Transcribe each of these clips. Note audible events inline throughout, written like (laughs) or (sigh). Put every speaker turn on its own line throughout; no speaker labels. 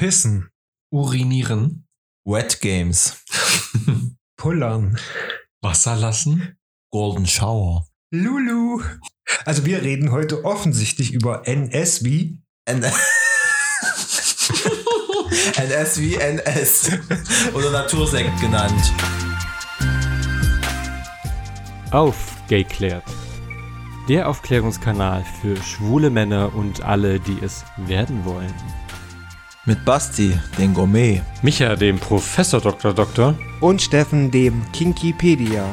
Pissen.
Urinieren.
Wet Games.
Pullern.
(laughs) Wasser lassen.
Golden Shower.
Lulu. Also wir reden heute offensichtlich über NS wie
N (laughs) NS wie NS. Oder Natursekt genannt.
auf Gayclair. Der Aufklärungskanal für schwule Männer und alle, die es werden wollen.
Mit Basti, den Gourmet.
Micha, dem Professor Dr. Doktor.
Und Steffen, dem Kinkipedia.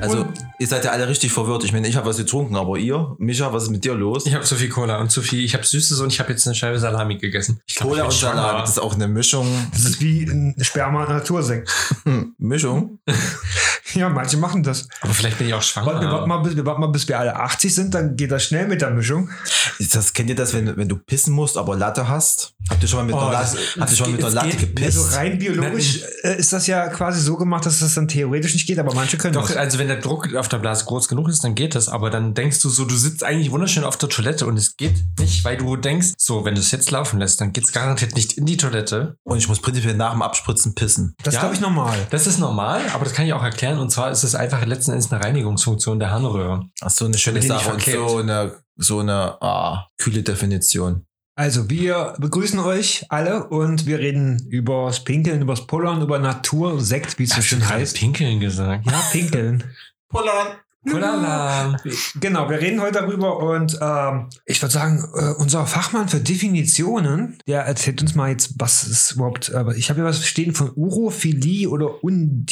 Also, ihr seid ja alle richtig verwirrt. Ich meine, ich habe was getrunken, aber ihr, Micha, was ist mit dir los?
Ich habe zu viel Cola und zu viel. Ich habe Süßes und ich habe jetzt eine Scheibe Salami gegessen. Ich glaub,
Cola
ich
und
bin
Salat. Das
schwanger.
ist auch eine Mischung.
das ist wie ein Sperma-Natursekt.
Hm,
(laughs)
Mischung?
Ja, manche machen das.
Aber vielleicht bin ich auch schwanger.
Warte, wir, warten mal, bis, wir warten mal, bis wir alle 80 sind, dann geht das schnell mit der Mischung.
Ist Das kennt ihr das, wenn, wenn du pissen musst, aber Latte hast? Habt ihr schon mal mit
Oh,
einer
das-
Latte, habt ihr schon mal mit
das
einer Latte
geht-
gepisst?
Also rein biologisch äh, ist das ja quasi so gemacht, dass das dann theoretisch nicht geht, aber manche können
Doch,
das.
also wenn der Druck auf der Blase groß genug ist, dann geht das. Aber dann denkst du so, du sitzt eigentlich wunderschön auf der Toilette und es geht nicht, weil du denkst, so, wenn du es jetzt laufen lässt, dann geht's garantiert nicht in die Toilette.
Und ich muss prinzipiell nach dem Abspritzen pissen.
Das
ja.
glaube ich normal.
Das ist normal, aber das kann ich auch erklären. Und zwar ist es einfach letzten Endes eine Reinigungsfunktion der Harnröhre.
Ach, so eine schöne
Bin ich nicht
Sache und
verkehrt.
so eine, so eine ah, kühle Definition.
Also, wir begrüßen euch alle und wir reden übers Pinkeln, übers Pullern, über Natursekt, wie es so schön heißt.
Pinkeln gesagt?
Ja, Pinkeln.
Pullern.
Hulala.
Genau, wir reden heute darüber und ähm, ich würde sagen, äh, unser Fachmann für Definitionen, der erzählt uns mal jetzt, was ist überhaupt, äh, ich habe hier was stehen von Urophilie oder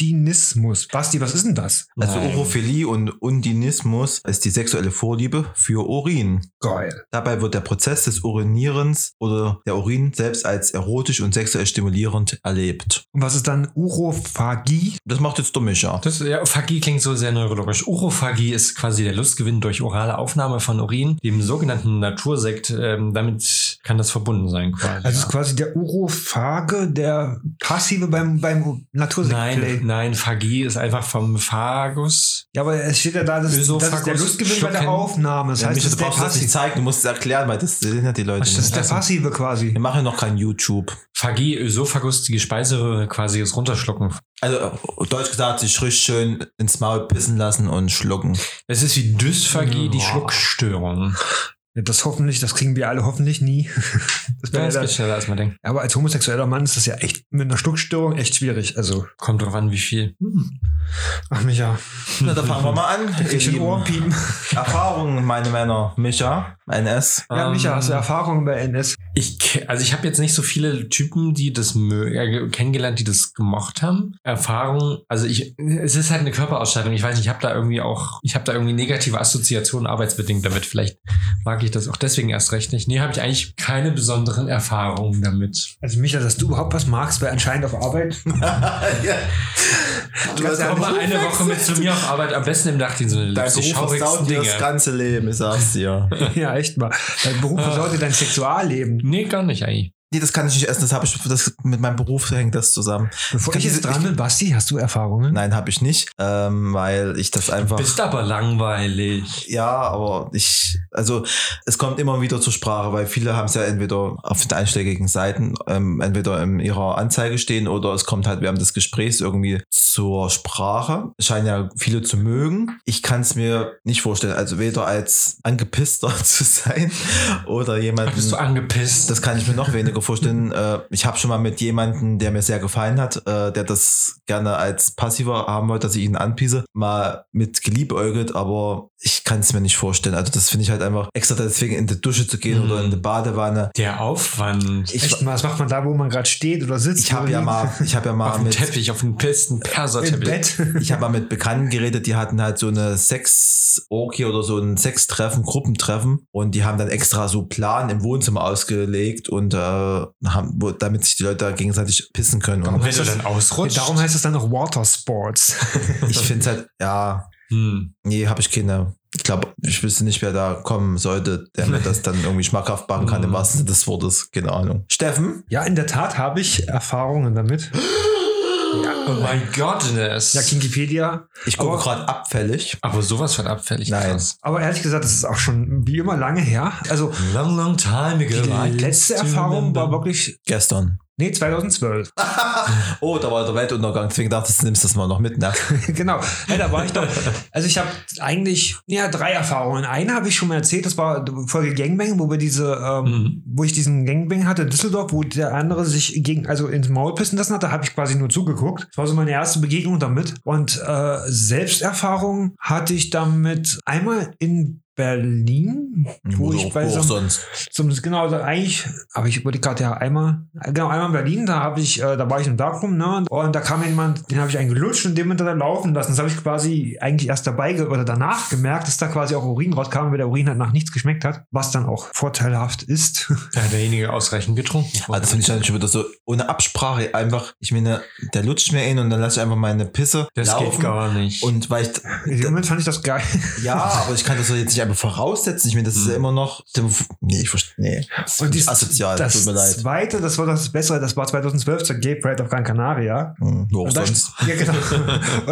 Undinismus. Basti, was ist denn das?
Also
Nein.
Urophilie und Undinismus ist die sexuelle Vorliebe für Urin.
Geil.
Dabei wird der Prozess des Urinierens oder der Urin selbst als erotisch und sexuell stimulierend erlebt.
Und was ist dann Urophagie?
Das macht jetzt der Mischer.
Das, ja, Phagie klingt so sehr neurologisch. Urophagie ist quasi der Lustgewinn durch orale Aufnahme von Urin, dem sogenannten Natursekt. Ähm, damit kann das verbunden sein quasi.
Also
ja.
ist quasi der Urophage, der Passive beim, beim
Nein,
Natursekt-Play.
nein, Phagie ist einfach vom Phagus.
Ja, aber es steht ja da, dass,
Ösophagus,
das ist der Lustgewinn bei der
Schuppen.
Aufnahme. Das
Ja,
heißt, das
Micha, du
ist der
brauchst das
Passive.
nicht zeigen, du musst es erklären, weil das sehen ja die Leute
Das ist
nicht.
der Passive quasi.
Wir machen noch kein YouTube.
Phagie, Ösophagus, die Speiseröhre quasi das Runterschlucken.
Also äh, deutsch gesagt, sich richtig schön ins Maul pissen lassen und schlucken.
Es ist wie Dysphagie, die
Ja.
Schluckstörung.
Ja, Das hoffentlich, das kriegen wir alle hoffentlich nie. (laughs) Das wäre ja
Das
dann-
geht schneller, als man denkt.
Aber als homosexueller Mann ist das ja echt mit einer Stuckstörung echt schwierig. Also,
Kommt drauf an, wie viel.
ach Micha,
Na, da fangen wir mal an.
ich schon Ohrpiepen.
Erfahrungen, meine Männer. Micha, (laughs) NS.
Ja,
Ähm,
Micha, hast du Erfahrungen bei NS?
Ich, ke- also ich habe jetzt nicht so viele Typen, die das mö- äh, kennengelernt, die das gemocht haben. Erfahrung, also ich, es ist halt eine Körperausstattung. Ich weiß nicht, ich habe da irgendwie auch, ich habe da irgendwie negative Assoziationen arbeitsbedingt damit. Vielleicht mag ich das auch deswegen erst recht nicht. Nee, habe ich eigentlich keine besonderen Erfahrungen damit.
Also Micha, dass du überhaupt was magst, weil anscheinend auf
(laughs)
Arbeit. (laughs)
Du
Ganz
hast
ehrlich,
auch
Komm
mal
mal eine Woche mit zu mir auf Arbeit. Am besten im Nachtdienst so eine
Dein
Liste, die
Beruf versaut
schaurigsten
dir
Dinge.
das ganze Leben, ich sag's dir.
ja, echt mal. Dein Beruf versaut dir dein Sexualleben.
Nee, gar nicht eigentlich.
(laughs) nee, das kann ich nicht essen, das habe ich, das, mit meinem Beruf hängt das zusammen.
Bevor
kann
ich
diese-
jetzt dran bin, Basti, hast du Erfahrungen?
Nein, habe ich nicht, ähm, weil ich das einfach...
Bist aber langweilig.
ja, aber ich, also es kommt immer wieder zur Sprache, weil viele haben es ja entweder auf den einschlägigen Seiten, ähm, entweder in ihrer Anzeige stehen oder es kommt halt während des Gesprächs irgendwie zur Sprache. Scheinen ja viele zu mögen. Ich kann es mir nicht vorstellen, also weder als angepisster (laughs) zu sein oder jemanden.
Bist du angepisst?
Das kann ich mir noch weniger
(laughs)
vorstellen. Äh, ich habe schon mal mit jemandem, der mir sehr gefallen hat, äh, der das gerne als passiver haben wollte, dass ich ihn anpiese, mal mit geliebäugelt, aber ich kann es mir nicht vorstellen. Also das finde ich halt einfach extra deswegen in die Dusche zu gehen
Mhm.
oder in die Badewanne.
Der Aufwand.
Ich,
Echt mal, was macht man da, wo man gerade steht oder sitzt?
ich habe
oder
ja
liegt?
mal, ich habe ja mal
(laughs) auf dem
mit,
Teppich, auf dem besten
im
Perserteppich.
Bett. (laughs)
ich habe mal mit Bekannten geredet, die hatten halt so eine Sex-Orgie oder so ein Sextreffen, Gruppentreffen und die haben dann extra so Plan im Wohnzimmer ausgelegt und äh, haben, wo, damit sich die Leute da gegenseitig pissen können. Und
Wenn du dann ausrutscht.
Darum heißt es dann noch Watersports.
ich finde es halt, ja,
Hm.
nee, habe ich keine. Ich glaube, ich wüsste nicht, wer da kommen sollte, der mir das dann irgendwie schmackhaft machen kann, im
Mhm.
wahrsten Sinne des Wortes. Keine Ahnung. Steffen?
Ja, in der Tat habe ich Erfahrungen damit.
Oh mein Gott, Ines.
Ja, Kinkipedia.
Ich gucke
Aber-
gerade abfällig.
Aber sowas wird abfällig.
Nein.
Krass.
Aber ehrlich gesagt, das ist auch schon wie immer lange her. Also
Long, long time
die
ago. I can
letzte
still
Erfahrung
remember.
war wirklich,
Gestern.
nee, 2012.
Oh, da war der Weltuntergang. Deswegen dachte ich, nimmst das mal noch
(laughs)
mit. Ne?
genau. Ja, da war ich doch. Also ich habe eigentlich ja, drei Erfahrungen. Eine habe ich schon mal erzählt, das war Folge Gangbang, wo wir diese, ähm,
Mhm.
wo ich diesen Gangbang hatte in Düsseldorf, wo der andere sich gegen, also ins Maul pissen lassen hat, da habe ich quasi nur zugeguckt. Das war so meine erste Begegnung damit. Und äh, Selbsterfahrung hatte ich damit einmal in Berlin, wo ich bei so
auch
einem
sonst.
zum, genau, da eigentlich habe ich überlegt gerade ja einmal, genau, einmal in Berlin, da habe ich, äh, da war ich im Darkroom, ne, und, und da kam jemand, den habe ich einen gelutscht und dem hinterher laufen lassen. Das habe ich quasi eigentlich erst dabei ge oder danach gemerkt, dass da quasi auch Urin rauskam, weil der Urin halt nach nichts geschmeckt hat, was dann auch vorteilhaft ist. (laughs)
Da hat derjenige ausreichend getrunken.
Also das finde ich dann schon wieder so ohne Absprache einfach. Ich meine, der lutscht mir ihn und dann lasse ich einfach meine Pisse
das geht
laufen.
gar nicht.
Und weil ich,
In dem Moment fand ich das geil.
ja, aber ich kann das doch jetzt nicht einfach voraussetzen. Ich meine, das ist
Mhm.
ja immer noch. Nee, ich verstehe. Nee. (laughs) Das
Und
ist
dies-
asozial,
das
tut mir leid.
zweite, das war das Bessere, das war 2012 zur Gay Pride auf Gran Canaria.
Hm, Nur auch
Und da,
sonst.
ja,
(laughs)
genau.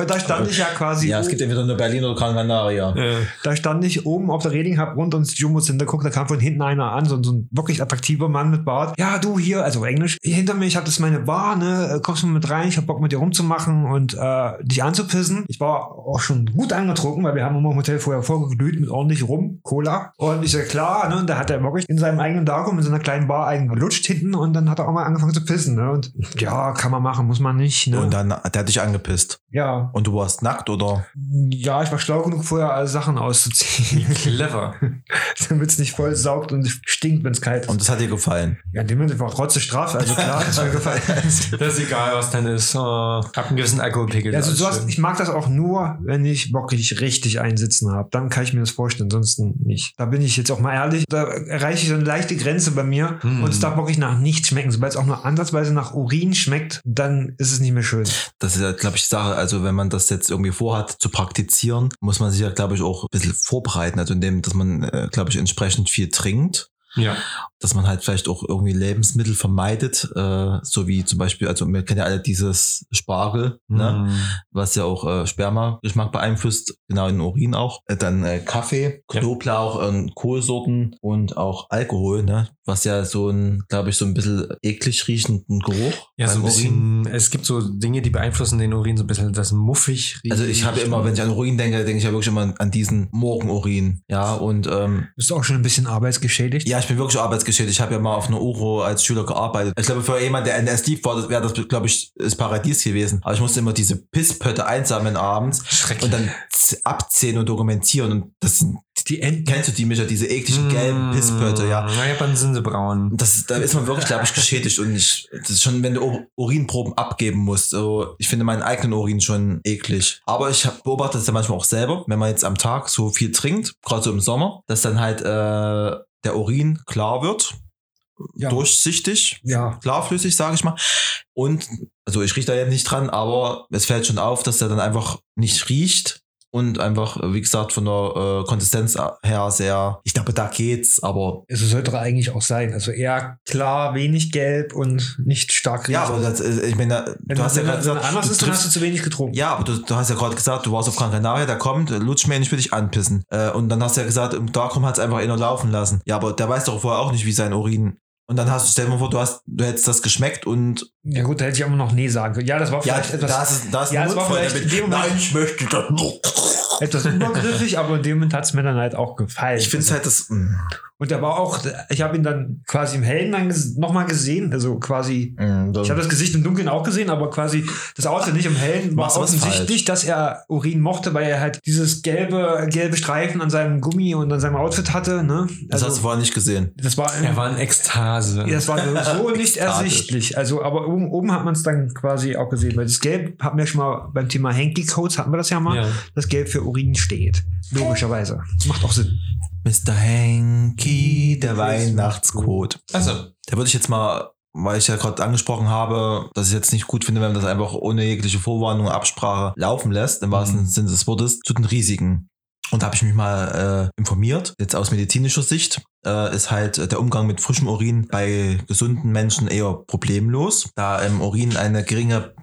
Und da stand ich ja quasi
Ja, es gibt entweder nur Berlin oder Gran Canaria.
Äh,
Da stand ich oben auf der Reding, hab rund ums Jumbo Center geguckt, da kam von hinten einer an, so, so ein wirklich attraktiver Mann mit Bart. Ja, du hier, also Englisch, hier hinter mir, ich hab das meine Bar, ne, äh, kommst du mit rein, ich hab Bock mit dir rumzumachen und äh, dich anzupissen. Ich war auch schon gut angetrunken, weil wir haben immer im Hotel vorher vorgeglüht mit ordentlich Rum, Cola. Und ich sag, klar, ne, und da hat er wirklich in seinem eigenen Darkroom in so einer kleinen Bar einen gelutscht hinten und dann hat er auch mal angefangen zu pissen, ne, und ja, kann man machen, muss man nicht, ne.
Und dann, der hat dich angepisst.
ja,
Und du warst nackt, oder?
ja, ich war schlau genug, vorher alle Sachen auszuziehen.
(laughs) clever.
(laughs) damit es nicht voll saugt und stinkt, wenn es kalt ist.
Und das hat dir (laughs) gefallen.
ja, in dem Moment war trotzdem Strafe, also klar, das mir (laughs) gefallen.
Das ist egal, was dann ist. Äh, ab einem gewissen Alkoholpegel.
Ja, also
ist
du
alles
hast,
schön.
ich mag das auch nur, wenn ich wirklich richtig einsitzen habe. Dann kann ich mir das vorstellen, ansonsten nicht. Da bin ich jetzt auch mal ehrlich, da erreiche ich so eine leichte Grenze bei mir
Hm.
und es darf wirklich nach nichts schmecken. Sobald es auch nur ansatzweise nach Urin schmeckt, dann ist es nicht mehr schön.
Das ist ja, glaube ich, Sache. Also, wenn man das jetzt irgendwie vorhat zu praktizieren, muss man sich ja, glaube ich, auch ein bisschen vorbereiten. Also, indem, dass man, äh, glaube ich, entsprechend viel trinkt.
ja.
Dass man halt vielleicht auch irgendwie Lebensmittel vermeidet, äh, so wie zum Beispiel, also wir kennen ja alle dieses Spargel, ne?
Mhm.
was ja auch äh, Sperma-Geschmack beeinflusst, genau in den Urin auch. Äh, dann äh, Kaffee,
Ja.
Knoblauch, äh, Kohlsorten und auch Alkohol, ne? was ja so ein, glaube ich, so ein bisschen eklig riechenden Geruch.
Ja, so ein
beim
bisschen. Es gibt so Dinge, die beeinflussen den Urin so ein bisschen, das muffig riecht.
Also ich habe immer, wenn ich an Urin denke, denke ich ja wirklich immer an diesen Morgenurin. Ja, und ähm,
Bist du auch schon ein bisschen arbeitsgeschädigt?
ja, ich bin wirklich arbeitsgeschädigt. Ich habe ja mal auf einer Uro als Schüler gearbeitet. Ich glaube, für jemanden, der NS-Lieb war, das wäre das, glaube ich, das Paradies gewesen. Aber ich musste immer diese Pisspötte einsammeln abends
schrecklich.
und dann z- abzählen und dokumentieren. Und das sind,
Die Enten. Hm.
kennst du die, Micha, diese ekligen gelben Pisspötte, ja.
Naja, dann Mhm. sind sie braun.
Das, da ist man wirklich, glaube ich, geschädigt. Und ich, das ist schon, wenn du Ur- Urinproben abgeben musst. So, ich finde meinen eigenen Urin schon eklig. Aber ich hab, beobachte das ja manchmal auch selber, wenn man jetzt am Tag so viel trinkt, gerade so im Sommer, dass dann halt äh, der Urin klar wird,
Ja.
durchsichtig,
Ja.
klarflüssig, sage ich mal. Und, also ich rieche da jetzt nicht dran, aber es fällt schon auf, dass der dann einfach nicht riecht. Und einfach, wie gesagt, von der äh, Konsistenz her sehr, ich glaube, da geht's, aber
Also sollte er eigentlich auch sein. Also eher klar, wenig gelb und nicht stark
Ja, aber das, äh, ich meine,
Genau. Wenn
du hast ja
wenn
gerade
wenn
gesagt,
anders
du
ist, dann hast du
triffst,
zu wenig getrunken.
ja, aber du, du hast ja gerade gesagt, du warst auf Gran Canaria, da kommt, äh, lutsch mir nicht, will dich anpissen. Äh, und dann hast du ja gesagt, im Darkroom hat es einfach einer laufen lassen. Ja, aber der weiß doch vorher auch nicht, wie sein Urin. Und dann hast du, stell dir mal vor, du hast, du hättest das geschmeckt und
Ja gut, da hätte ich immer noch nee sagen können. Ja, das war
ja,
vielleicht etwas,
das ist, das ist
Ja, es war vielleicht in dem Moment-
ich möchte das nicht. (laughs)
etwas übergriffig, aber in dem Moment hat es mir dann halt auch gefallen.
Ich finde es halt das, mm,
und er war auch, ich habe ihn dann quasi im Hellen dann ges- nochmal gesehen, also quasi,
mm,
ich habe das Gesicht im Dunkeln auch gesehen, aber quasi das Outfit nicht im Hellen war
Machst du was
offensichtlich, dass er Urin mochte, weil er halt dieses gelbe, gelbe Streifen an seinem Gummi und an seinem Outfit hatte. Ne?
das
Also,
hast du vorher nicht gesehen.
das war
Er war in Ekstase.
das
(laughs)
war so nicht
Ekstatisch.
ersichtlich. Also, aber oben, oben hat man es dann quasi auch gesehen, weil das Gelb hatten wir schon mal beim Thema Hanky Codes, hatten wir das ja mal.
Ja.
das Gelb für Urin steht. Logischerweise. Macht auch Sinn.
Mr. Henky,
Hm,
der Weihnachtscode.
Also,
Da würde ich jetzt mal, weil ich ja gerade angesprochen habe, dass ich jetzt nicht gut finde, wenn man das einfach ohne jegliche Vorwarnung, Absprache laufen lässt, im wahrsten
Mhm.
Sinne des Wortes, zu den Risiken. Und da habe ich mich mal äh, informiert. Jetzt aus medizinischer Sicht äh, ist halt äh, der Umgang mit frischem Urin bei gesunden Menschen eher problemlos, da im Urin eine geringe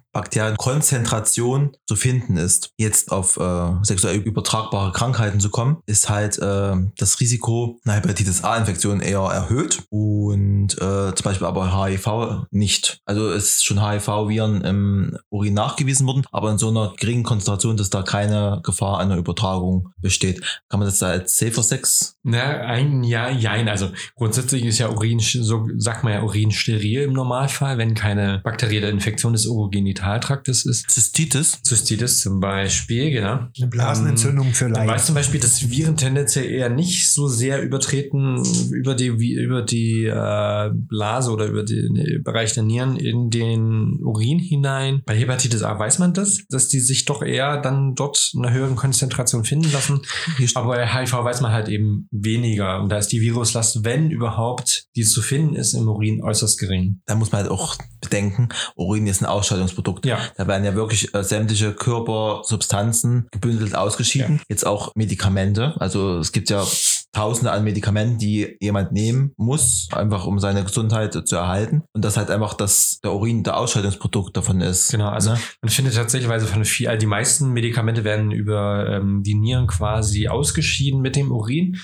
Bakterienkonzentration zu finden ist. Jetzt auf äh, sexuell übertragbare Krankheiten zu kommen, ist halt äh, das Risiko einer Hepatitis A-Infektion eher erhöht und äh, zum Beispiel aber HIV nicht. Also es ist schon HIV-Viren im Urin nachgewiesen worden, aber in so einer geringen Konzentration, dass da keine Gefahr einer Übertragung besteht. Kann man das da als Safer Sex?
Na, Ne, ein Ja, Jein. Also grundsätzlich ist ja Urin, so sagt man ja Urin steril im Normalfall, wenn keine bakterielle Infektion des Urogenitaltraktes ist.
Zystitis?
Cystitis zum Beispiel, genau.
Eine Blasenentzündung für
Man weiß
Laien.
zum Beispiel, dass Viren tendenziell eher nicht so sehr übertreten über die, Vi- über die äh, Blase oder über den Bereich der Nieren in den Urin hinein. Bei Hepatitis A weiß man das, dass die sich doch eher dann dort in einer höheren Konzentration finden lassen.
Hier steht-
Aber bei HIV weiß man halt eben weniger. Und da ist die Viruslast, wenn überhaupt, die zu finden ist, im Urin äußerst gering.
da muss man halt auch bedenken, Urin ist ein Ausscheidungsprodukt.
Ja.
Da werden ja wirklich äh, sämtliche Körpersubstanzen gebündelt ausgeschieden. Jetzt auch Medikamente. Also es gibt ja tausende an Medikamenten, die jemand nehmen muss, einfach um seine Gesundheit äh, zu erhalten. Und das halt einfach, dass der Urin der Ausscheidungsprodukt davon ist. ne?
Genau, also man findet tatsächlich von viel, also die meisten Medikamente werden über ähm, die Nieren quasi ausgeschieden mit dem Urin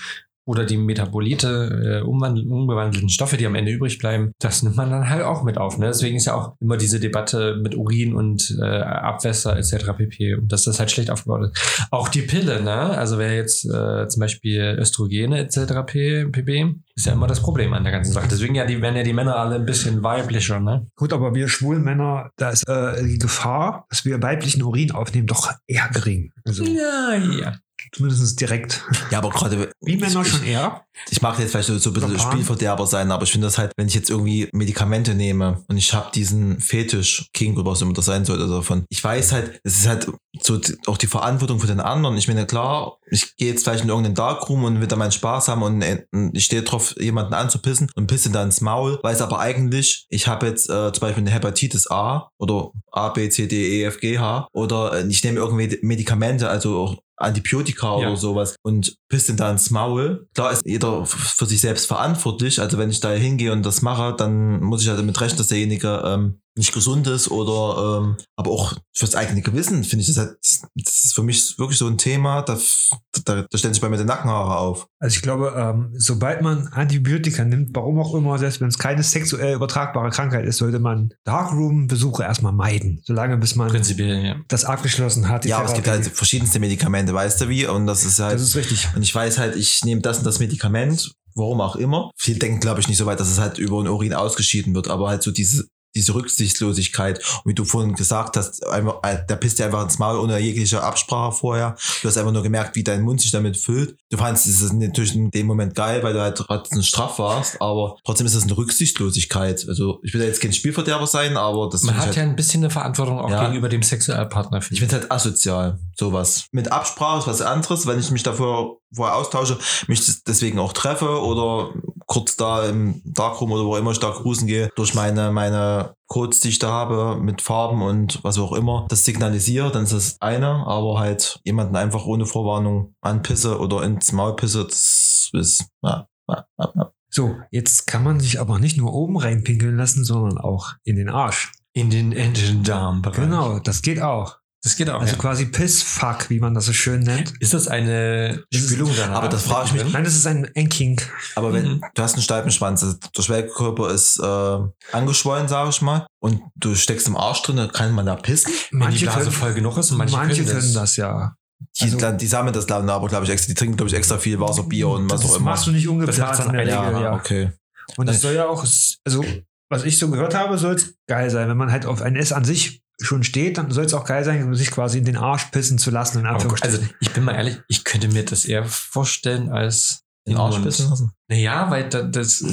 oder die Metabolite, äh, umwandel- umgewandelten Stoffe, die am Ende übrig bleiben, das nimmt man dann halt auch mit auf. Ne? Deswegen ist ja auch immer diese Debatte mit Urin und äh, Abwässer etc. pp. Und dass das halt schlecht aufgebaut ist. Auch die Pille, ne? also wer jetzt äh, zum Beispiel Östrogene etc. P- pp. ist ja immer das Problem an der ganzen Sache. Deswegen ja, die werden ja die Männer alle ein bisschen weiblicher. Ne?
Gut, aber wir schwulen Männer, da ist äh, die Gefahr, dass wir weiblichen Urin aufnehmen, doch eher gering. Also
Ja, ja.
zumindest direkt.
Ja, aber gerade
Wie Männer
ich,
schon eher.
Ich mag jetzt vielleicht so so ein bisschen
Japan.
Spielverderber sein, aber ich finde das halt, wenn ich jetzt irgendwie Medikamente nehme und ich habe diesen Fetisch, King oder was immer das sein sollte davon. Ich weiß halt, es ist halt so die- auch die Verantwortung für den anderen. Ich meine, klar, ich gehe jetzt vielleicht in irgendeinen Darkroom und will da meinen Spaß haben und äh, ich stehe drauf, jemanden anzupissen und pisse dann ins Maul, weiß aber eigentlich, ich habe jetzt äh, zum Beispiel eine Hepatitis A oder A, B, C, D, E, F, G, H oder äh, ich nehme irgendwie Medikamente, also auch Antibiotika
Ja.
oder sowas und pisst ihn da ins Maul. Klar ist jeder f- für sich selbst verantwortlich. Also wenn ich da hingehe und das mache, dann muss ich halt damit rechnen, dass derjenige ähm, nicht gesund ist oder ähm, aber auch fürs eigene Gewissen finde ich das halt, das ist für mich wirklich so ein Thema, da, f- da, da stellen sich bei mir die Nackenhaare auf.
Also ich glaube, ähm, sobald man Antibiotika nimmt, warum auch immer, selbst wenn es keine sexuell übertragbare Krankheit ist, sollte man Darkroom-Besuche erstmal meiden. Solange bis man
Prinzipiell, ja.
das abgeschlossen hat. die
ja, aber es gibt
Therapie.
halt verschiedenste Medikamente, weißt du wie? Und das ist halt
Das ist richtig.
Und ich weiß halt, ich nehme das und das Medikament, warum auch immer. Viele denken, glaube ich, nicht so weit, dass es halt über den Urin ausgeschieden wird, aber halt so diese, diese Rücksichtslosigkeit. Und wie du vorhin gesagt hast, einfach, äh, da pisst dir einfach ins Maul ohne jegliche Absprache vorher. Du hast einfach nur gemerkt, wie dein Mund sich damit füllt. Du fandest es natürlich in dem Moment geil, weil du halt trotzdem straff warst, aber trotzdem ist das eine Rücksichtslosigkeit. Also ich will ja jetzt kein Spielverderber sein, aber das
Man
find ich halt
hat ja ein bisschen eine Verantwortung auch
Ja.
gegenüber dem Sexualpartner. finde
ich finde es halt asozial, sowas. Mit Absprache ist was anderes, wenn ich mich dafür vorher austausche, mich des- deswegen auch treffe oder kurz da im Darkroom oder wo auch immer ich da cruisen gehe, durch meine, meine Codes, die ich da habe, mit Farben und was auch immer, das signalisiere, dann ist das eine, aber halt jemanden einfach ohne Vorwarnung anpisse oder ins Maul pisse, das ist, na, na, na, na.
So, jetzt kann man sich aber nicht nur oben reinpinkeln lassen, sondern auch in den Arsch.
In den Engine-Darm-Bereich.
Genau, das geht auch.
Das geht auch.
Also
ja.
quasi Pissfuck, wie man das so schön nennt.
Ist das eine
Das ist-
Spülung danach?
aber das frage ich mich-
Nein, das ist ein Enkink.
Aber wenn
Mhm.
du hast einen steifen Schwanz, also der Schwellkörper ist äh, angeschwollen, sage ich mal, und du steckst im Arsch drin, dann kann man da pissen.
Wenn die Blase voll genug ist und manche, können, das.
ja.
Die,
Also-
dann, die sammeln das dann aber, glaube ich, extra. Die trinken, glaube ich, extra viel Wasser, Bier und was
das
auch immer.
machst du nicht ungeplant
Das macht's dann
in der
einer,
Regel,
ja,
ja.
okay.
Und
Nein.
es soll ja auch, also was ich so gehört habe, soll es geil sein. Wenn man halt auf ein S an sich schon steht, dann soll es auch geil sein, um sich quasi in den Arsch pissen zu lassen, in
Aber guck,
Anführungsstrichen.
also ich bin mal ehrlich, ich könnte mir das eher vorstellen als
Den
den
Arsch
Mund.
pissen lassen.
Naja, weil da, das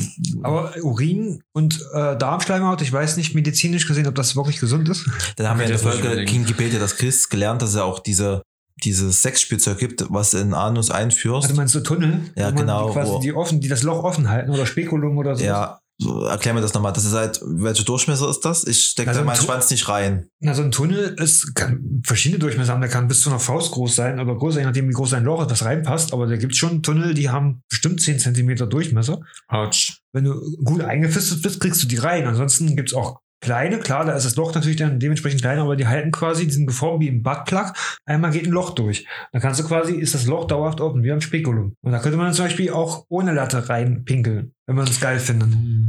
Aber Urin und äh, Darmschleimhaut, ich weiß nicht medizinisch gesehen, ob das wirklich gesund ist.
Dann haben wir in der
Das muss ich
Folge
überlegen.
King Gebete das Christ gelernt, dass er auch diese, dieses Sexspielzeug gibt, was in Anus einführst.
Also man so Tunnel,
Ja,
wo man
genau,
die quasi
wo-
die offen, die das Loch offen halten oder Spekulum oder so.
ja, so, erklär mir das nochmal. Das ist halt, welcher Durchmesser ist das? Ich stecke
Also
da
ein
meinen
Tu-
Schwanz nicht rein.
Na, so ein Tunnel ist, kann verschiedene Durchmesser haben, der kann bis zu einer Faust groß sein oder größer, je nachdem wie groß ein Loch ist, was reinpasst, aber da gibt es schon Tunnel, die haben bestimmt 10 cm Durchmesser.
Autsch.
wenn du gut eingefistet bist, kriegst du die rein. Ansonsten gibt es auch kleine, klar, da ist das Loch natürlich dann dementsprechend kleiner, aber die halten quasi, die sind geformt wie ein Buttplug. Einmal geht ein Loch durch. Dann kannst du quasi, ist das Loch dauerhaft offen, wie am Spekulum. Und da könnte man zum Beispiel auch ohne Latte reinpinkeln, wenn man es geil findet.
Hm.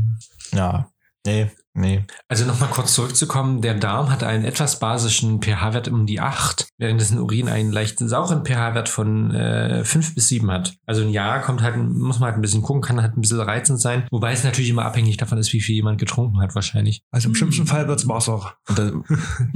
Ja. Nee, nee.
Also nochmal kurz zurückzukommen, der Darm hat einen etwas basischen pH-Wert um die 8, während dessen Urin einen leicht sauren pH-Wert von äh, 5 bis 7 hat. Also ein Jahr kommt halt, muss man halt ein bisschen gucken, kann halt ein bisschen reizend sein, wobei es natürlich immer abhängig davon ist, wie viel jemand getrunken hat wahrscheinlich.
Also im schlimmsten Fall wird es Wasser.
Und dann,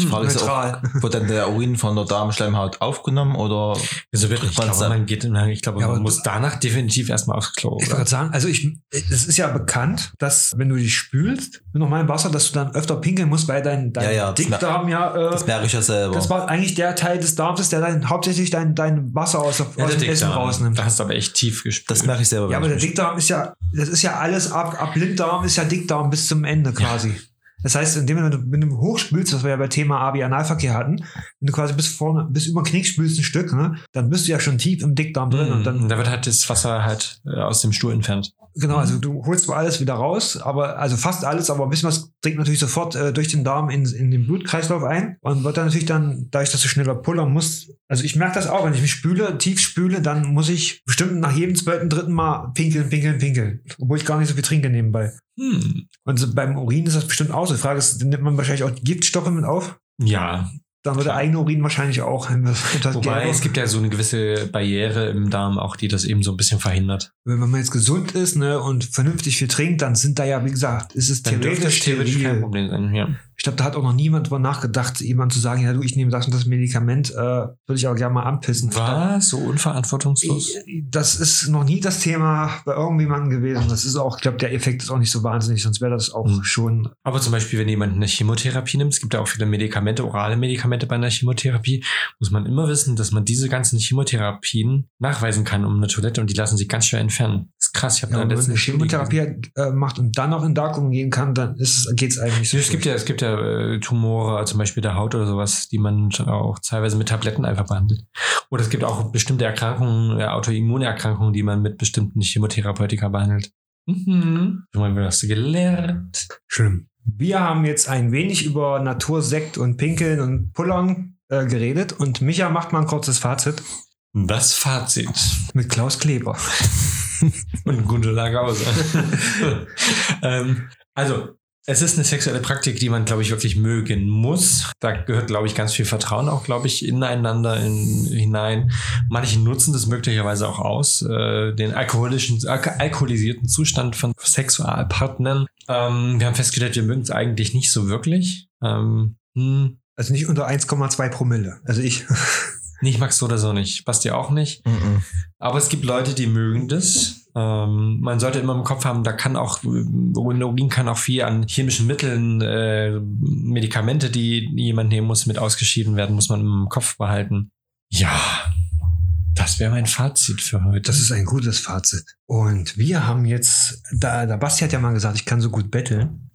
die Frage ist auch,
Neutral.
wird dann der Urin von der Darmschleimhaut aufgenommen oder
Also wirklich, ich
Man
glaube,
sagt-
man geht, ich glaube,
Ja,
man
aber
muss danach definitiv erstmal aufs
Ich
Klo. oder?
wollte gerade sagen, also ich, es ist ja bekannt, dass wenn du dich spülst mit normalem Wasser, dass du dann öfter pinkeln musst, weil dein, dein
Ja, ja, das
Dickdarm ja. Äh,
das merke ich ja selber.
das war eigentlich der Teil des Darms, ist, der dein, hauptsächlich dein, dein Wasser aus,
Ja,
aus
der
dem
Dickdarm.
Essen rausnimmt.
Da hast du aber echt tief gespürt.
Das merke ich selber.
Ja,
wenn
aber der
ich mich-
Dickdarm ist ja, das ist ja alles ab, ab Blinddarm ist ja Dickdarm bis zum Ende quasi. Das heißt, indem du, wenn du hochspülst, was wir ja bei Thema Abi-Analverkehr hatten, wenn du quasi bis vorne, bis über den Knick spülst ein Stück, ne, dann bist du ja schon tief im Dickdarm drin und dann
da wird halt das Wasser halt äh, aus dem Stuhl entfernt.
Genau, also
Mhm.
du holst zwar alles wieder raus, aber also fast alles, aber ein bisschen was dringt natürlich sofort äh, durch den Darm in, in den Blutkreislauf ein und wird dann natürlich dann, dadurch, dass du schneller pullern musst, also ich merke das auch, wenn ich mich spüle, tief spüle, dann muss ich bestimmt nach jedem zweiten, dritten Mal pinkeln, pinkeln, pinkeln, obwohl ich gar nicht so viel trinke nebenbei.
Hm.
Und so beim Urin ist das bestimmt auch so. Die Frage ist, nimmt man wahrscheinlich auch die Giftstoffe mit auf?
Ja,
Dann wird der eigene Urin wahrscheinlich auch. (laughs) Also
Wobei es gibt ja so eine gewisse Barriere im Darm auch, die das eben so ein bisschen verhindert.
wenn man jetzt gesund ist ne, und vernünftig viel trinkt, dann sind da ja, wie gesagt, ist es
Dann dürfte
theoretisch,
es theoretisch kein
steril.
Problem sein. Ja.
Ich glaube, da hat auch noch niemand drüber nachgedacht, jemand zu sagen, ja du, ich nehme das und das Medikament, äh, würde ich aber gerne mal anpissen. Äh,
Was? So unverantwortungslos?
Das ist noch nie das Thema bei irgendjemandem gewesen. Das ist auch, ich glaube, der Effekt ist auch nicht so wahnsinnig, sonst wäre das auch
Hm.
schon.
Aber zum Beispiel, wenn jemand eine Chemotherapie nimmt, es gibt ja auch viele Medikamente, orale Medikamente bei einer Chemotherapie, muss man immer wissen, dass man diese ganzen Chemotherapien nachweisen kann um eine Toilette und die lassen sich ganz schwer entfernen. Das ist krass. Ich habe
Ja,
da
wenn man
letztens
eine
Studie
Chemotherapie äh, macht und dann noch in Darkroom gehen kann, dann geht es eigentlich so.
Ja, es gibt ja, es gibt ja äh, Tumore, zum Beispiel der Haut oder sowas, die man auch teilweise mit Tabletten einfach behandelt. Oder es gibt auch bestimmte Erkrankungen, äh, Autoimmunerkrankungen, die man mit bestimmten Chemotherapeutika behandelt. Mhm. Schon mal wieder hast du gelernt.
Schlimm. Wir haben jetzt ein wenig über Natursekt und Pinkeln und Pullern äh, geredet und Micha macht mal ein kurzes Fazit
Das Fazit.
mit Klaus Kleber.
Und Gundula Gauser. (laughs) ähm, also, es ist eine sexuelle Praktik, die man, glaube ich, wirklich mögen muss. Da gehört, glaube ich, ganz viel Vertrauen auch, glaube ich, ineinander in, hinein. Manche nutzen das möglicherweise auch aus, äh, den alkoholischen, alk alkoholisierten Zustand von Sexualpartnern. Ähm, wir haben festgestellt, wir mögen es eigentlich nicht so wirklich. Ähm, hm,
Also nicht unter 1,2 Promille. Also ich.
nee, ich mag so oder so nicht. Passt dir auch nicht.
Mhm. (laughs)
Aber es gibt Leute, die mögen das. Ähm, man sollte immer im Kopf haben, da kann auch, ähm, Urin kann auch viel an chemischen Mitteln, äh, Medikamente, die jemand nehmen muss, mit ausgeschieden werden, muss man im Kopf behalten. Ja, das wäre mein Fazit für heute.
Das ist ein gutes Fazit. Und wir haben jetzt, da, da Basti hat ja mal gesagt, ich kann so gut betteln.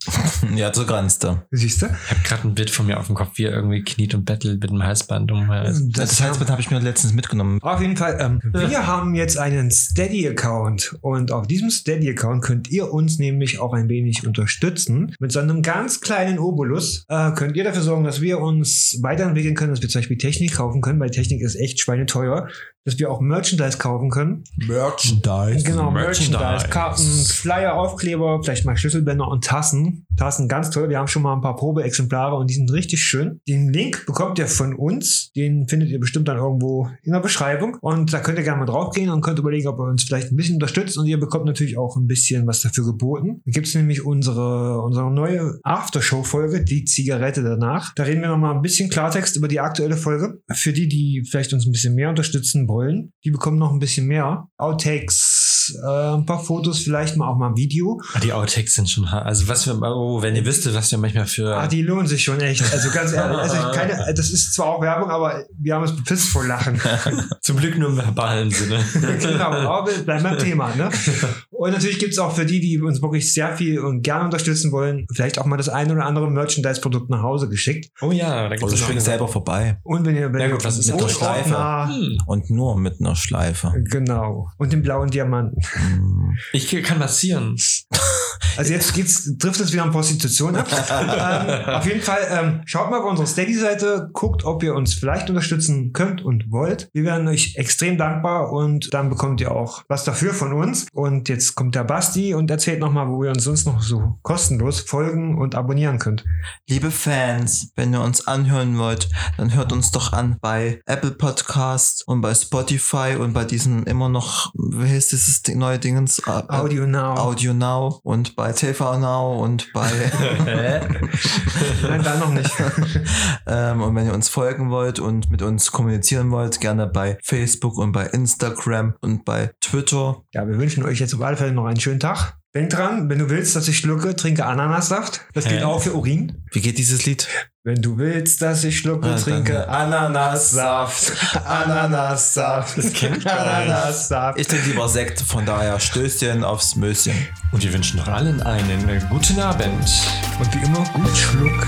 Ja, so ganz da.
Siehst du?
Ich habe gerade ein Bild von mir auf dem Kopf, wie er irgendwie kniet und bettelt mit einem Halsband um. äh,
Das, Halsband habe ich mir letztens mitgenommen.
auf jeden Fall, ähm, wir haben jetzt einen Steady-Account und auf diesem Steady-Account könnt ihr uns nämlich auch ein wenig unterstützen. Mit so einem ganz kleinen Obolus äh, könnt ihr dafür sorgen, dass wir uns weiterentwickeln können, dass wir zum Beispiel Technik kaufen können, weil Technik ist echt schweineteuer, dass wir auch Merchandise kaufen können.
Merchandise.
Genau,
Merchandise.
Merchandise, Karten, Flyer, Aufkleber, vielleicht mal Schlüsselbänder und Tassen. Tassen ganz toll. Wir haben schon mal ein paar Probeexemplare und die sind richtig schön. Den Link bekommt ihr von uns. Den findet ihr bestimmt dann irgendwo in der Beschreibung. Und da könnt ihr gerne mal draufgehen und könnt überlegen, ob ihr uns vielleicht ein bisschen unterstützt. Und ihr bekommt natürlich auch ein bisschen was dafür geboten. Da gibt es nämlich unsere, unsere neue Aftershow-Folge, die Zigarette danach. Da reden wir nochmal ein bisschen Klartext über die aktuelle Folge. Für die, die vielleicht uns ein bisschen mehr unterstützen wollen, die bekommen noch ein bisschen mehr. Outtakes, äh, ein paar Fotos, vielleicht mal auch mal ein Video.
Ah, Die Outtakes sind schon hart. Also was wir, oh, wenn ihr wüsstet, was wir manchmal für...
Ah, die lohnen sich schon echt. Also ganz ehrlich, also ich keine,
(laughs)
das ist zwar auch Werbung, aber wir haben uns bepisst vor Lachen. (laughs)
zum Glück nur im verbalen Sinne.
genau, aber wir bleiben beim Thema. Ne? Und natürlich gibt es auch für die, die uns wirklich sehr viel und gerne unterstützen wollen, vielleicht auch mal das eine oder andere Merchandise-Produkt nach Hause geschickt.
Oh ja, da gibt
Oder
es
spring Also selber vorbei.
Und wenn ihr wenn
Ja,
ihr
gut, das ist
einen
mit der
Rotordner-
Hm.
Und nur mit einer Schleife.
Genau. Und den blauen Diamanten.
Mhm.
Ich kann massieren.
Also jetzt geht's, trifft es wieder an Prostitution ab. ähm, auf jeden Fall ähm, schaut mal auf unsere Steady-Seite, guckt, ob ihr uns vielleicht unterstützen könnt und wollt. Wir wären euch extrem dankbar und dann bekommt ihr auch was dafür von uns. Und jetzt kommt der Basti und erzählt nochmal, wo ihr uns sonst noch so kostenlos folgen und abonnieren könnt.
Liebe Fans, wenn ihr uns anhören wollt, dann hört uns doch an bei Apple Podcast und bei Spotify und bei diesen immer noch, wie heißt dieses Ding- neue Dingens? Äh, äh,
Audio Now.
Audio Now und bei TV Now und (laughs) bei
Nein, da noch nicht.
ähm, und wenn ihr uns folgen wollt und mit uns kommunizieren wollt, gerne bei Facebook und bei Instagram und bei Twitter.
Ja, wir wünschen euch jetzt auf alle Fälle noch einen schönen Tag. Denk dran, wenn du willst, dass ich schlucke, trinke Ananassaft. Das gilt
Hä?
auch für Urin.
Wie geht dieses Lied?
Wenn du willst, dass ich schlucke,
Ah,
trinke Ananassaft. Ananassaft. Das
kenn ich gar nicht.
Ananassaft.
Ich trinke lieber Sekt, von daher Stößchen aufs Möschen.
Und wir wünschen noch allen einen äh, guten Abend.
Und wie immer, gut Schluck.